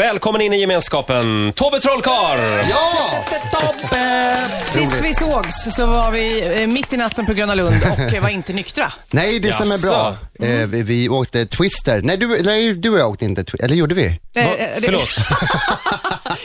Välkommen in i gemenskapen, Tobbe Trollkarl! Ja! Tobbe! Sist vi sågs så var vi eh, mitt i natten på Gröna Lund och eh, var inte nyktra. Nej, det stämmer Jaså? bra. Eh, vi, vi åkte Twister. Nej, du, nej, du och jag åkte inte Twister. Eller gjorde vi? Eh, Va, eh, det- förlåt.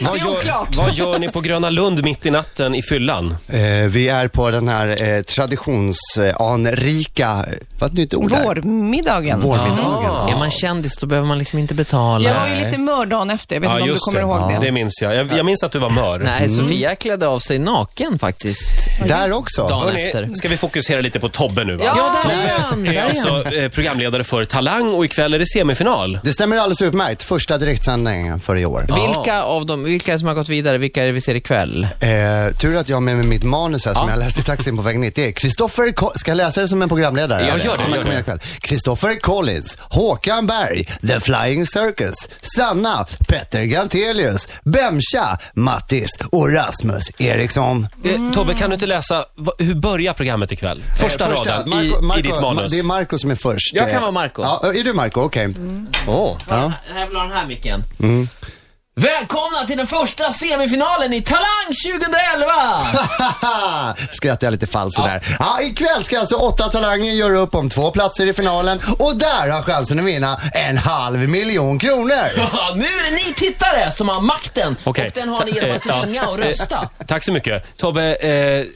Det är oklart. vad gör ni på Gröna Lund mitt i natten i fyllan? Eh, vi är på den här eh, traditionsanrika, eh, vad ett nytt ord där? Vårmiddagen. Vårmiddagen. Är man kändis då behöver man liksom inte betala. Jag var ju lite mör dagen efter, jag vet inte om du kommer ihåg det. Det minns jag. jag. Jag minns att du var mör. Nej, Sofia klädde av sig naken faktiskt. Där också. Dagen efter. Hörrni, ska vi fokusera lite på Tobbe nu va? Ja, Tobbe där är han. är Jag är alltså- alltså eh, programledare för Talang och ikväll är det semifinal. Det stämmer alldeles utmärkt. Första direktsändningen för i år. Vilka av dem, vilka som har gått vidare, vilka är det vi ser ikväll? Eh, tur att jag har med mig mitt manus här som jag läste i taxin på väg hit. Det är Kristoffer, Ko- ska jag läsa det som en programledare? Ja, gör det, Som gör jag kommer det. göra ikväll. Kristoffer Collins, Håkan Berg, The Flying Circus, Sanna, Petter Gantelius, Bemsha, Mattis och Rasmus Eriksson. Eh, Tobbe, kan du inte läsa, va, hur börjar programmet ikväll? Första, Eh, raden Marco- i, Marco- i ditt Ma- manus. Det är Marco som är först. Jag kan Eh, vara Marco. Ja, är du Marco? Okej. Åh. Jag vill ha den här micken. Välkomna till den första semifinalen i Talang 2011! Skrattar jag lite falskt där. Ja, ikväll ska alltså åtta talanger göra upp om två platser i finalen och där har chansen att vinna en halv miljon kronor. Ja, nu är det ni tittare som har makten Okej. och den har ni genom Ta- eh, att ringa och rösta. Tack så mycket. Tobbe, eh,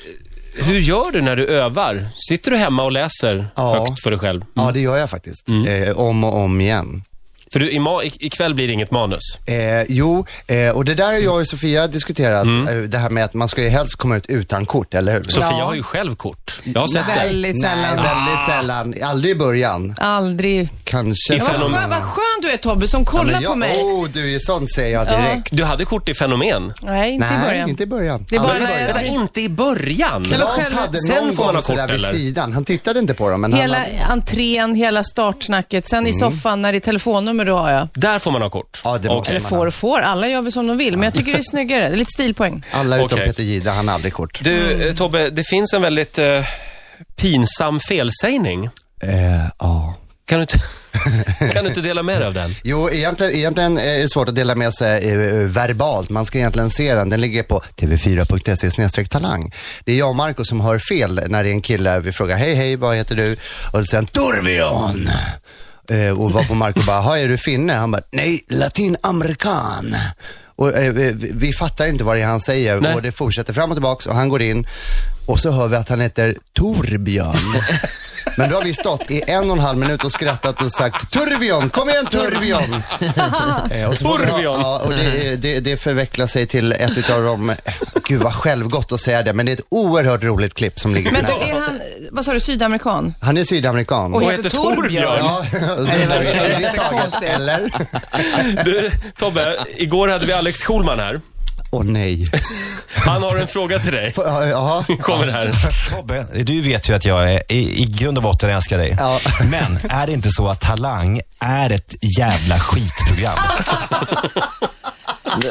hur gör du när du övar? Sitter du hemma och läser Ja. högt för dig själv? Ja, det gör jag faktiskt. Eh, om och om igen. För du, ima, i- ikväll blir det inget manus. Eh, jo, eh, och det där har jag och Sofia diskuterat. eh, Det här med att man ska ju helst komma ut utan kort, eller hur? Sofia Ja. har ju själv kort. Jag har sett det. Väldigt sällan. Ah. Nej, väldigt sällan. Aldrig i början. Aldrig. Kanske. I Vad Fenomen. skön, vad skön du är Tobbe som Ja, men kollar jag- på mig. Oh, du, sånt säger jag direkt. Du hade kort i fenomen. Nej, inte i Nej, början. inte i början. Det är bara Aldrig i när- början. Vänta, inte i början. men Lars själva- hade sen någon får man gång ha sådär kort, vid eller? sidan. Han tittade inte på dem, men han Hela hade... entrén, hela startsnacket, sen Mm. i soffan när det är telefonnummer då har jag. Där får man ha kort. Ja, det måste Okej. Eller får och får, alla gör väl som de vill. Men jag tycker det är snyggare, det är lite stilpoäng. Alla utom Okej. Peter Gide, han har aldrig kort. Du, eh, Tobbe, det finns en väldigt eh, pinsam felsägning. Eh, ja. Kan du, inte, kan du inte dela med dig av den? Jo, egentligen, egentligen är det svårt att dela med sig eh, eh, verbalt. Man ska egentligen se den. Den ligger på tv4.se talang. Det är jag och Marco som hör fel när det är en kille. Vi frågar, hej, hej, vad heter du? Och sen, Torvion! Eh, Och var på Marco bara, "Ha, är du finne? Han bara, nej, latinamerikan. Och eh, vi, vi- vi fattar inte vad det är han säger Nej. och det fortsätter fram och tillbaks och han går in och så hör vi att han heter Torbjörn. Men då har vi stått i en och en halv minut och skrattat och sagt Turbjörn, kom igen Turbjörn! Eh, och så får vi ha- Torbjörn. Ja, och det, det, det förvecklar sig till ett utav dem, gud vad självgott att säga det, men det är ett oerhört roligt klipp som ligger Men men då är han, vad sa du, sydamerikan? Han är sydamerikan. Och Och heter heter Torbjörn. Torbjörn. Ja, det det var- det är var taget, konstigt. eller? Du, Tobbe, igår hade vi Alex Schulman här. Åh nej. Han har en fråga till dig. Får- ja, Ja, Kommer här. Tobbe, du vet ju att jag är, i, i grund och botten älskar dig. Ja. Men är det inte så att Talang är ett jävla skitprogram?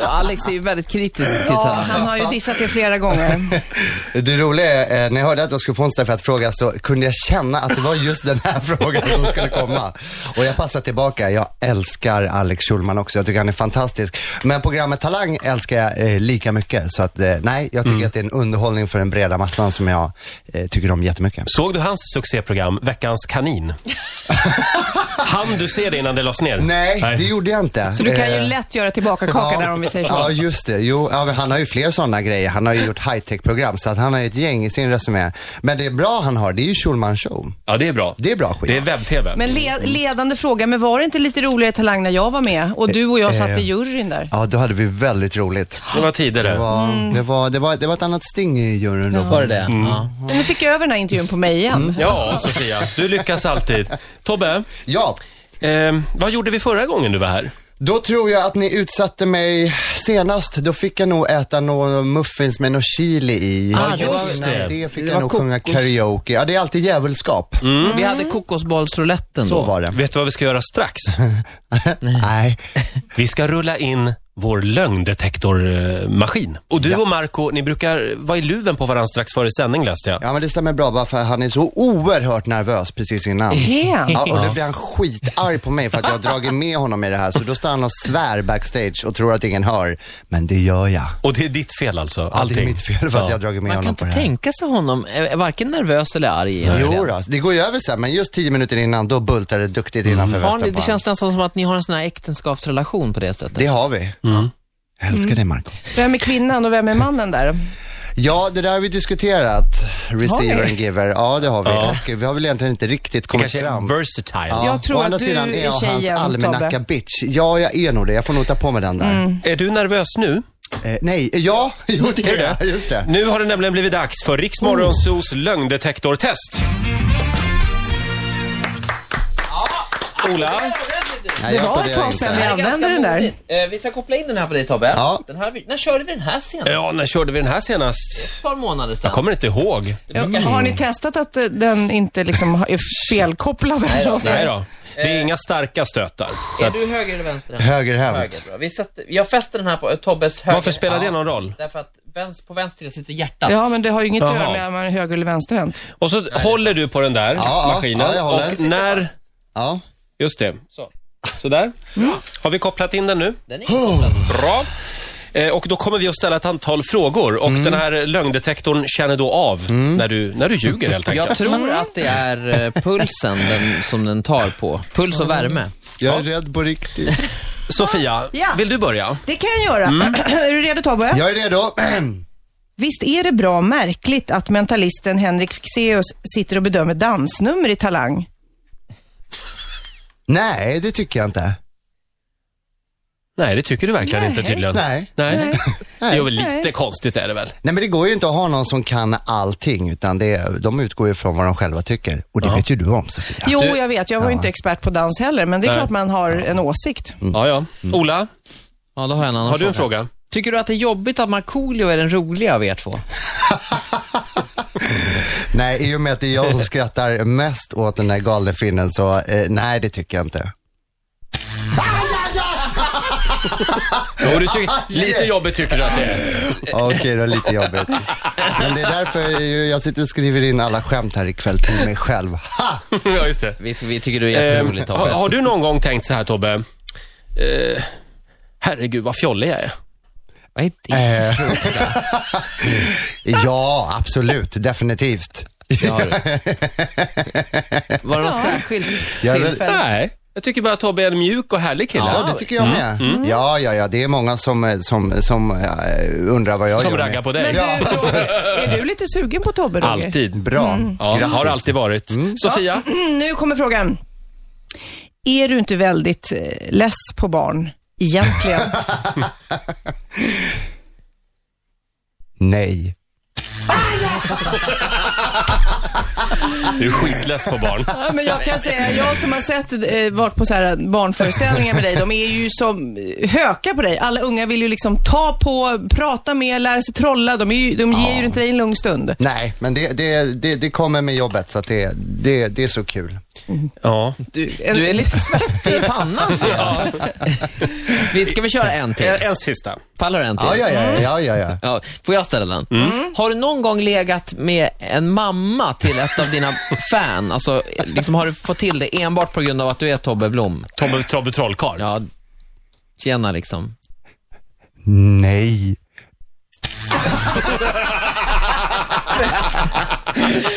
Alex är ju väldigt kritisk till Ja, Talang. han har ju dissat det flera gånger. Det roliga är, eh, när jag hörde att jag skulle få en stafettfråga så kunde jag känna att det var just den här frågan som skulle komma. Och jag passar tillbaka. Jag älskar Alex Schulman också. Jag tycker han är fantastisk. Men programmet Talang älskar jag eh, lika mycket. Så att, eh, nej, jag Mm. tycker att det är en underhållning för den breda massan som jag eh, tycker om jättemycket. Såg du hans succéprogram Veckans kanin? Han du ser det innan det lades ner? Nej, det gjorde jag inte. Så du kan ju Eh, lätt göra tillbaka kaka där om vi säger Ja, så. just det. Jo, ja, men han har ju fler sådana grejer. Han har ju gjort high-tech-program, så att han har ju ett gäng i sin resumé. Men det är bra han har, det är ju Schulman show. Ja, det är bra. Det är bra skit. Det är webb-tv. Men le- ledande fråga, men var det inte lite roligare Talang när jag var med? Och du och jag satt Eh. i juryn där. Ja, då hade vi väldigt roligt. Det var tidigare. Det var, det, var, det, var, det var ett annat sting i juryn då. Mm. Var det det? Ja. Nu fick jag över den här intervjun på mig igen. Ja, Sofia. Du lyckas alltid. Tobbe, Ja, eh, vad gjorde vi förra gången du var här? då tror jag att ni utsatte mig senast. Då fick jag nog äta några muffins med någon chili i. Ja, det var- just Nej, det. det fick Det jag var nog sjunga kokos. Mm. karaoke. Ja, det är alltid djävulskap. Vi hade kokosbollsrouletten då. Så var det. Vet du vad vi ska göra strax? Nej. Vi ska rulla in vår lögndetektormaskin. Och du och Marco, ni brukar vara i luven på varandra strax före sändning läste jag. Ja, men det stämmer bra, bara för han är så oerhört nervös precis innan. Är han? Ja, och då blir han skitarg på mig för att jag har dragit med honom i det här. Så då står han och svär backstage och tror att ingen hör. Men det gör jag. Och det är ditt fel alltså? Ja, Det är Allting? mitt fel för att jag har dragit med Man kan honom på inte det här. tänka sig honom eh, varken nervös eller arg egentligen. Jo då, det går ju över sen, men just tio minuter innan, då bultar det duktigt innanför Har västen ni, på det honom. känns nästan som att ni har en sån här äktenskapsrelation på det sättet. Det har vi. Jag älskar dig, Marco. Vem är kvinnan och vem är mannen där? Ja, det där har vi diskuterat. Har Receiver ni? and giver. Ja, det har vi. Och vi har väl egentligen inte riktigt Det kommit kanske är fram. versatile. Ja, Jag tror å att andra du sidan är är jag hans tjejen, almanacka Tobbe. bitch. Ja, jag är nog det. Jag får nog ta på mig den där. Är du nervös nu? Eh, nej, ja, jo det är jag. Just det. Oh. Nu har det nämligen blivit dags för Riks Morgonzos lögndetektortest. Ola? Nej, Det jag var ett applåderar tag inte. sedan vi Det är använde ganska den där. modigt. Eh, Vi ska koppla in den här på dig Tobbe. Ja. Den här, när körde vi den här senast? Ja, när körde vi den här senast? Ett par månader sedan. Jag kommer inte ihåg. Har ni testat att eh, den inte liksom har- är felkopplad? Nej då. Nej då. Det är inga starka stötar. Så Är att, du höger eller vänster? Högerhänt. Höger, bra. Vi satte, jag fäster den här på eh, Tobbes höger. varför spelar det Ja. någon roll? Därför att väns, på vänster sida sitter hjärtat. Ja, men det har ju inget att Jaha. göra med om man är höger eller vänsterhänt. Och så håller du på den där ja, maskinen. ja, jag håller. och när... Ja. Just det. Så. Sådär. Har vi kopplat in den nu? Den är kopplad. Mm. Bra. Mm. Eh, Och då kommer vi att ställa ett antal frågor och den här lögndetektorn känner då av när, du, när du ljuger helt enkelt. Jag tror att det är eh, pulsen den, som den tar på. Puls och värme. Jag är rädd på riktigt. Sofia, Ja. vill du börja? Det kan jag göra. är du redo Tobbe? Jag är redo. Visst är det bra märkligt att mentalisten Henrik Fixeus sitter och bedömer dansnummer i Talang? Nej, det tycker jag inte. Nej, det tycker du verkligen Nej. inte tydligen. Nej. Nej. Nej. Jo, lite Nej. konstigt är det väl? Nej, men det går ju inte att ha någon som kan allting, utan det, är- de utgår ju från vad de själva tycker. Och det vet ju du om, Sofia. Jo, Du- jag vet. Jag var ju inte expert på dans heller, men det är Nej. klart man har en åsikt. Ja, ja. Ola, Ja, då har jag en annan har du en fråga? Tycker du att det är jobbigt att Markoolio är den roliga av er två? Nej, i och med att det är jag som skrattar mest åt den där galne finnen så, eh, nej det tycker jag inte. Jo, du tycker, lite jobbigt tycker du att det är. Okej, då lite jobbigt. Men det är därför ju- jag sitter och skriver in alla skämt här ikväll till mig själv. Ha! Ja, just det. Vi, vi tycker du är jätterolig Eh, Tobbe. Ehm, har, har du någon gång tänkt så här Tobbe? Eh, herregud vad fjollig jag är. Vad är det? Ja, absolut, definitivt. Var det något särskilt Jag är väl- tillfälle? Nej, jag tycker bara att Tobbe är en mjuk och härlig kille. Ja, Mm, det tycker jag med. Ja, ja, ja, det är många som, eh, som, som eh, undrar vad jag Som gör med- raggar på Men dig. du, Roger, är du lite sugen på Tobbe, Roger? Alltid. Bra, Ja, grattis. har alltid varit. Sofia? Mm, Nu kommer frågan. Är du inte väldigt eh, less på barn, egentligen? Nej. Du är skitless på barn. Ja, men jag kan säga, jag som har sett, eh, varit på så här barnföreställningar med dig, de är ju som eh, hökar på dig. Alla unga vill ju liksom ta på, prata med, lära sig trolla. De, är ju, de ger ju inte dig en lugn stund. Nej, men det, det, det, det kommer med jobbet så att det, det, det är så kul. Ja. Du, du är lite svettig i pannan ser jag. Vi Ska vi köra en till? En, en sista. Pallar du en till? Ja, Mm. ja, ja, ja, ja, ja. Ja, får jag ställa den? Har du någon gång legat med en mamma till ett av dina fan? Alltså, liksom, har du fått till det enbart på grund av att du är Tobbe Blom? Tobbe Tobbe Trollkarl. Ja, tjena liksom. Nej.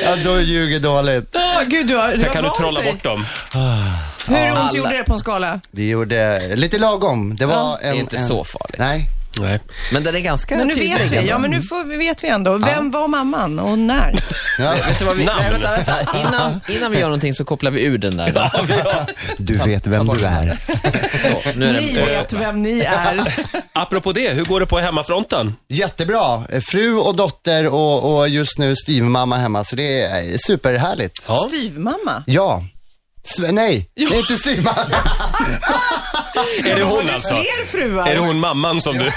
ja, då ljuger dåligt. Åh, gud, du har, Sen kan du trolla bort dem. Hur ont Alla. gjorde det på en skala? Det gjorde lite lagom. Det var det är en, inte en... så farligt. Nej. Nej. Men den är ganska Men nu tydlig. vet vi, ändå. ja, men nu får, vi- vet vi ändå. Vem var mamman och när? Ja, Vet du vad vi, nej, Namn. vänta, vänta. Innan, innan vi gör någonting så kopplar vi ur den där. Då. du vet vem du är. Så, nu är Ni den, vet vem ni är. Apropå det, hur går det på hemmafronten? Jättebra. Fru och dotter och, och just nu styvmamma hemma, så det är superhärligt. Ja. Styvmamma. Ja. Sve- nej, det är inte styvmamma. Är det hon alltså? Fler fruar. Är det hon mamman som du...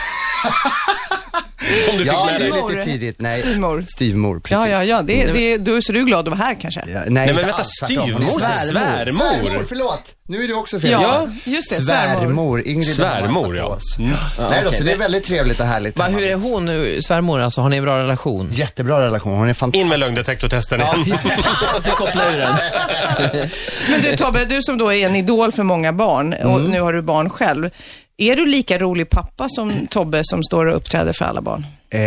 Som du fick Ja, med det dig. är Styvmor. lite tidigt. Nej, Styvmor. Styvmor, precis. Ja, ja, ja. Det, det, då är så du glad att vara här kanske? Ja, nej, men inte vänta, alls, tvärtom. styvmor, Det är svärmor. Svärmor, förlåt. Nu är det också fel. Ja, just det, svärmor. Svärmor, Ingrid Svärmor, Svärmor, ja. ja. Nej då, så det är väldigt trevligt och härligt. Va, hur är hon, hur- svärmor alltså? Har ni en bra relation? Jättebra relation, hon är In fantastisk. med lögndetektortesten Ja, igen. fan, fick koppla ur den. Men du Tobbe, du som då är en idol för många barn och nu har du barn själv. Är du lika rolig pappa som Tobbe som står och uppträder för alla barn? Eh,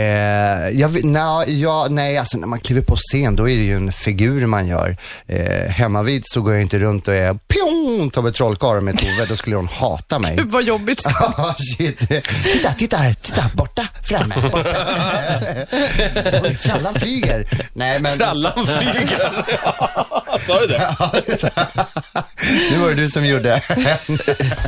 jag, vet- nja, ja, nej, alltså när man kliver på scen då är det ju en figur man gör. Eh, hemmavid så går jag inte runt och är pjong, Tobbe Trollkarl med Tove, då skulle hon hata mig. Vad jobbigt. Ah, shit. Titta, titta här, titta, borta, framme, borta. Oj, frallan flyger. Nej, men... Frallan flyger. Sa du det? Ja, det är så. nu var det du som gjorde en,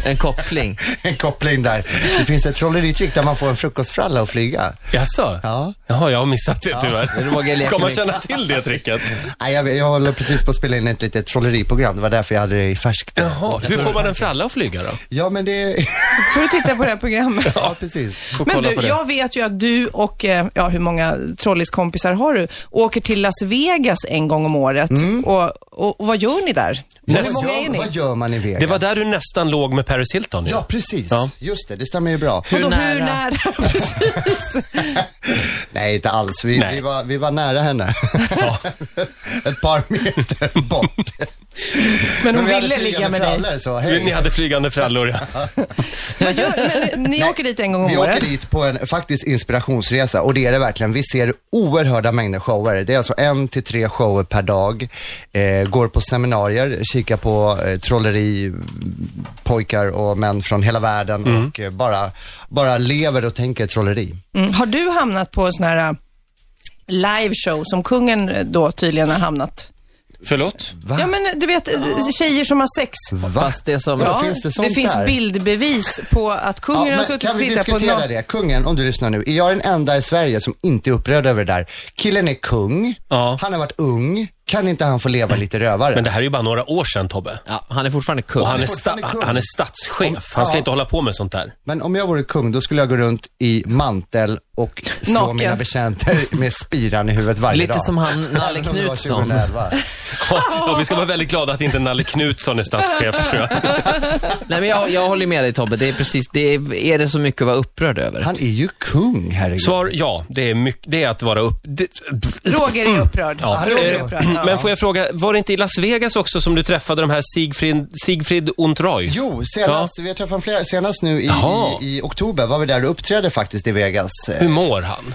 En koppling. en koppling där. Det finns ett trolleritrick där man får en frukostfralla att flyga. Jaså? Ja. Jaha, jag har missat det Roger tyvärr. leker Ska man med- känna till det tricket? Nej, jag, jag håller precis på att spela in ett litet trolleriprogram. Det var därför jag hade det i färskt. Jaha, hur får man en fralla att flyga då? Ja, men det... Får du titta på det här programmet? Ja, precis. Får Men kolla på du, det. jag vet ju att du och, eh, ja hur många trolliskompisar har du, åker till Las Vegas en gång om året. Och, och, och vad gör ni där? Hur många är ni? Mm. Vad gör man i Vegas? Det var där du nästan låg med Paris Hilton ju. Ja, precis. Ja. Just det, det stämmer ju bra. Vadå, Hur Hur nära? nära? Precis. Nej, inte alls. Vi, Nej. vi, var, vi var nära henne. Ett par meter bort. Men hon vi hade ville ligga flygande med dig. frallor, Så, Ni hej. hade flygande frallor, ja. Vad gör, men, eh, ni åker dit en gång om Vi året. åker dit på en faktiskt inspirationsresa och det är det verkligen. Vi ser oerhörda mängder shower. Det är alltså en till tre shower per dag. Eh, går på seminarier, kikar på eh, trolleri, pojkar och män från hela världen Mm. och eh, bara, bara lever och tänker trolleri. Mm. Har du hamnat på sån här liveshow som kungen eh, då tydligen har hamnat? Förlåt? Ja men eh, du vet eh, tjejer som har sex. Va? Fast det är som... Ja. finns det sånt finns där? bildbevis på att kungen har men suttit kan och vi tittat på diskutera någon... det? Kungen, om du lyssnar nu. Är jag den enda i Sverige som inte är upprörd över det där? Killen är kung, Ja. han har varit ung, kan inte han få leva lite rövare? Men det här är ju bara några år sedan, Tobbe. Ja, han är fortfarande kung. Och han är, fortfarande sta- kung. han är statschef. Han ska inte hålla på med sånt där. Men om jag vore kung, då skulle jag gå runt i mantel och slå Naken. mina betjänter med spiran i huvudet varje Lite dag. som han Nalle Även om det var Knutsson. 2011. Ja, vi ska vara väldigt glada att inte Nalle Knutsson är statschef, tror jag. Nej, men jag, jag håller med dig Tobbe. Det är precis, det är, är det så mycket att vara upprörd över? Han är ju kung, herregud. Svar ja, det är, mycket, det är att vara upp... Det... Roger är upprörd. Mm. Ja. Roger är Eh, upprörd. Ja. Men får jag fråga, var det inte i Las Vegas också som du träffade de här Siegfried, Siegfried und Roy? Jo, senast, vi har träffat flera, senast nu i, Jaha. i, i oktober var vi där och uppträdde faktiskt i Vegas. Eh, Hur mår han?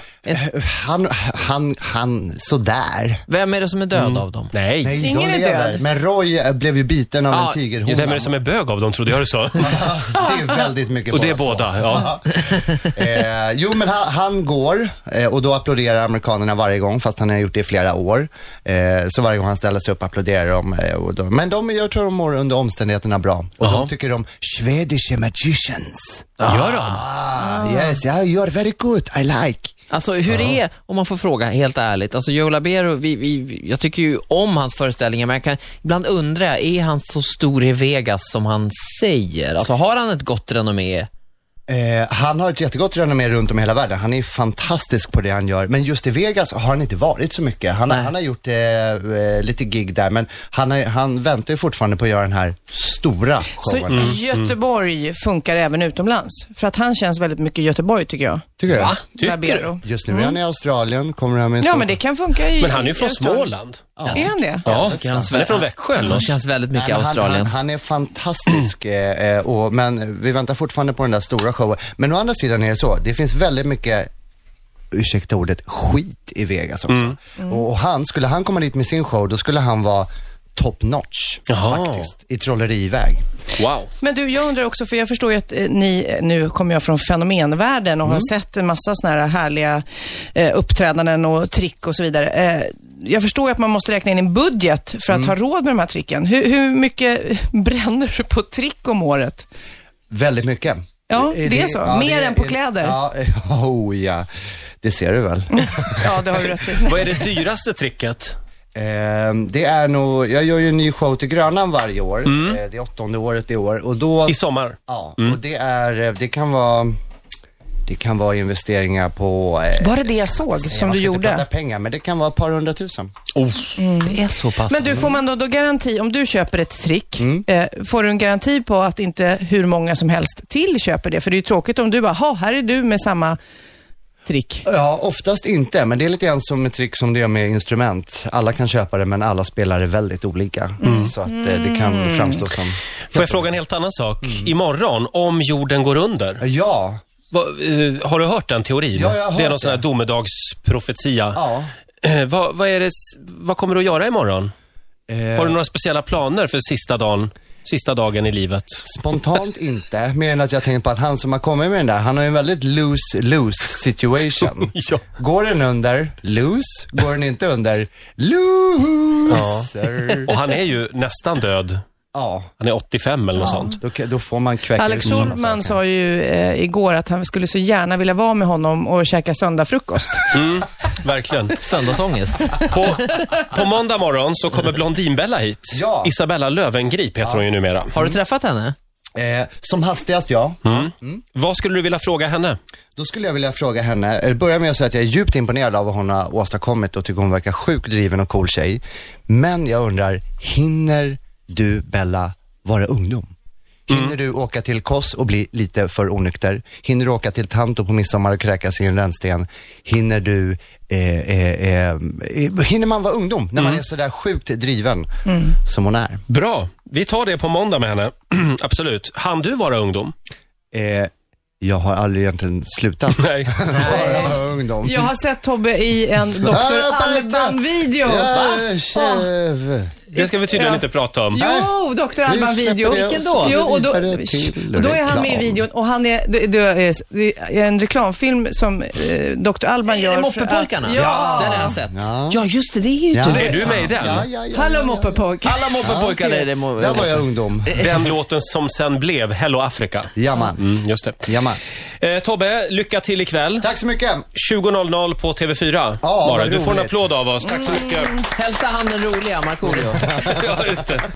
Han, han, han, sådär. Vem är det som är död av dem? Nej. Nej, de Ingen är lever. död. Men Roy eh, blev ju biten av Ja, en tigerhona. Vem är det som är bög av dem, trodde jag du sa? Det är väldigt mycket Och det är båda två. båda, ja. Eh, jo, men han, han går eh, och då applåderar amerikanerna varje gång, fast han har gjort det i flera år. Eh, så varje gång han ställer sig upp applåderar de. Eh, och de men de, jag tror de mår under omständigheterna bra. Och de tycker om Swedish magicians. Gör han? Ah. Yes, yeah, you are very good, I like. Alltså hur det är, om man får fråga helt ärligt, alltså Joe Labero, vi, vi, jag tycker ju om hans föreställningar, men jag kan ibland undra, är han så stor i Vegas som han säger? Alltså har han ett gott renommé? Eh, han har ett jättegott renommé runt om i hela världen. Han är fantastisk på det han gör. Men just i Vegas har han inte varit så mycket. Han, han har gjort eh, eh, lite gig där, men han, har, han väntar ju fortfarande på att göra den här stora Så showen. Göteborg funkar även utomlands? För att han känns väldigt mycket Göteborg tycker jag. Tycker du? Tycker Barbero. Just nu är han i Australien, kommer han med en Ja stor- men det kan funka i Men han är ju från i Australien. Småland. Är han det? Ja, tycker han- han är från Växjö eller Han nåt. känns väldigt mycket Nej, men han, Australien. han, han är fantastisk, eh, eh, och, men vi väntar fortfarande på den där stora showen. Men å andra sidan är det så, det finns väldigt mycket, ursäkta ordet, skit i Vegas också. Mm. Och, och han, skulle han komma dit med sin show, då skulle han vara top notch Jaha. faktiskt, i trolleriväg. Wow. Men du, jag undrar också, för jag förstår ju att eh, ni, eh, nu kommer jag från fenomenvärlden och Mm. har sett en massa såna här härliga eh, uppträdanden och trick och så vidare. Eh, jag förstår ju att man måste räkna in en budget för att Mm. ha råd med de här tricken. Hur, hur mycket bränner du på trick om året? Väldigt mycket. Ja, det är så. Mer än på kläder. Ja, oh, ja, det ser du väl. Ja, det har du rätt i. Vad är det dyraste tricket? Ehm, det är nog, jag gör ju en ny show till Grönan varje år. Mm. Eh, det är åttonde året i år. Och då, I sommar? ja, och det är, eh, det kan vara Det kan vara investeringar på... eh, Var det det jag såg säga, som man du ska Inte gjorde? prata pengar, men det kan vara ett par hundratusen. Oh. Det är så pass. Men du, får man då, då garanti, om du köper ett trick, Mm. eh, får du en garanti på att inte hur många som helst till köper det? För det är ju tråkigt om du bara, ha, här är du med samma trick. Ja, oftast inte, men det är lite grann som ett trick som du gör med instrument. Alla kan köpa det, men alla spelar det väldigt olika. Mm. Så att eh, det kan framstå som... Får jag fråga en helt annan sak? Imorgon, om jorden går under. Ja, Vad, eh, har du hört den teorin? Ja, jag har det är någon hört sån här det. domedagsprofetia. ja. Eh, vad, vad, är det, s- vad kommer du att göra imorgon? Eh, Har du några speciella planer för sista dagen, sista dagen i livet? Spontant inte, mer än att jag tänkt på att han som har kommit med den där, han har ju en väldigt loose-loose situation. Ja. Går den under, loose. Går den inte under, loser. Och han är ju nästan död. Ja, Han är 85 eller något sånt. då, kan- då får man kväcker Alex sådana Schulman saker. sa ju eh, igår att han skulle så gärna vilja vara med honom och käka söndagsfrukost. Verkligen. Söndagsångest. På, på måndag morgon så kommer Blondinbella hit. Ja. Isabella Lövengrip heter hon ju numera. Har du träffat henne? Eh, som hastigast, ja. Mm. Vad skulle du vilja fråga henne? Då skulle jag vilja fråga henne, eller börja med att säga att jag är djupt imponerad av vad hon har åstadkommit och tycker hon verkar sjukt driven och cool tjej. Men jag undrar, hinner du Bella vara ungdom? Mm. Hinner du åka till Kos och bli lite för onykter? Hinner du åka till Tanto på midsommar och kräkas i en rännsten? Hinner du, eh, eh, eh, eh, hinner man vara ungdom när Mm. man är sådär sjukt driven som hon är? Bra. Vi tar det på måndag med henne. Absolut. Han du vara ungdom? Eh, jag har aldrig egentligen slutat Nej. vara ungdom. Jag har sett Tobbe i en Dr. Äh, paletta. Alban-video. Ah. Ja, tjev. Det ska vi tydligen inte prata om. Jo, Dr. Alban-video. släpper det Vilken och då? så Jo, och då, vidare till och då är han med i reklam. videon och han är, det, det är- det är en reklamfilm som eh, Dr. Alban Är gör. det för Moppepojkarna? att- Ja. Den har jag sett. Ja. Ja, just det. Det är ju typ- Ja. du. Är du med i den? Ja, ja, ja, Hallå ja, ja. Moppepojk. Alla Moppepojkar är det. Där var mo- jag ungdom. Den låten som sen blev Hello Africa. Jamman. Mm, just det. Jamman. Eh, Tobbe, lycka till ikväll. Tack så mycket. 20.00 på TV4. Ja, bara. Du vad får en roligt. Mm. applåd av oss. Tack så mycket. Hälsa han den roliga, Markoolio. Ja, just det.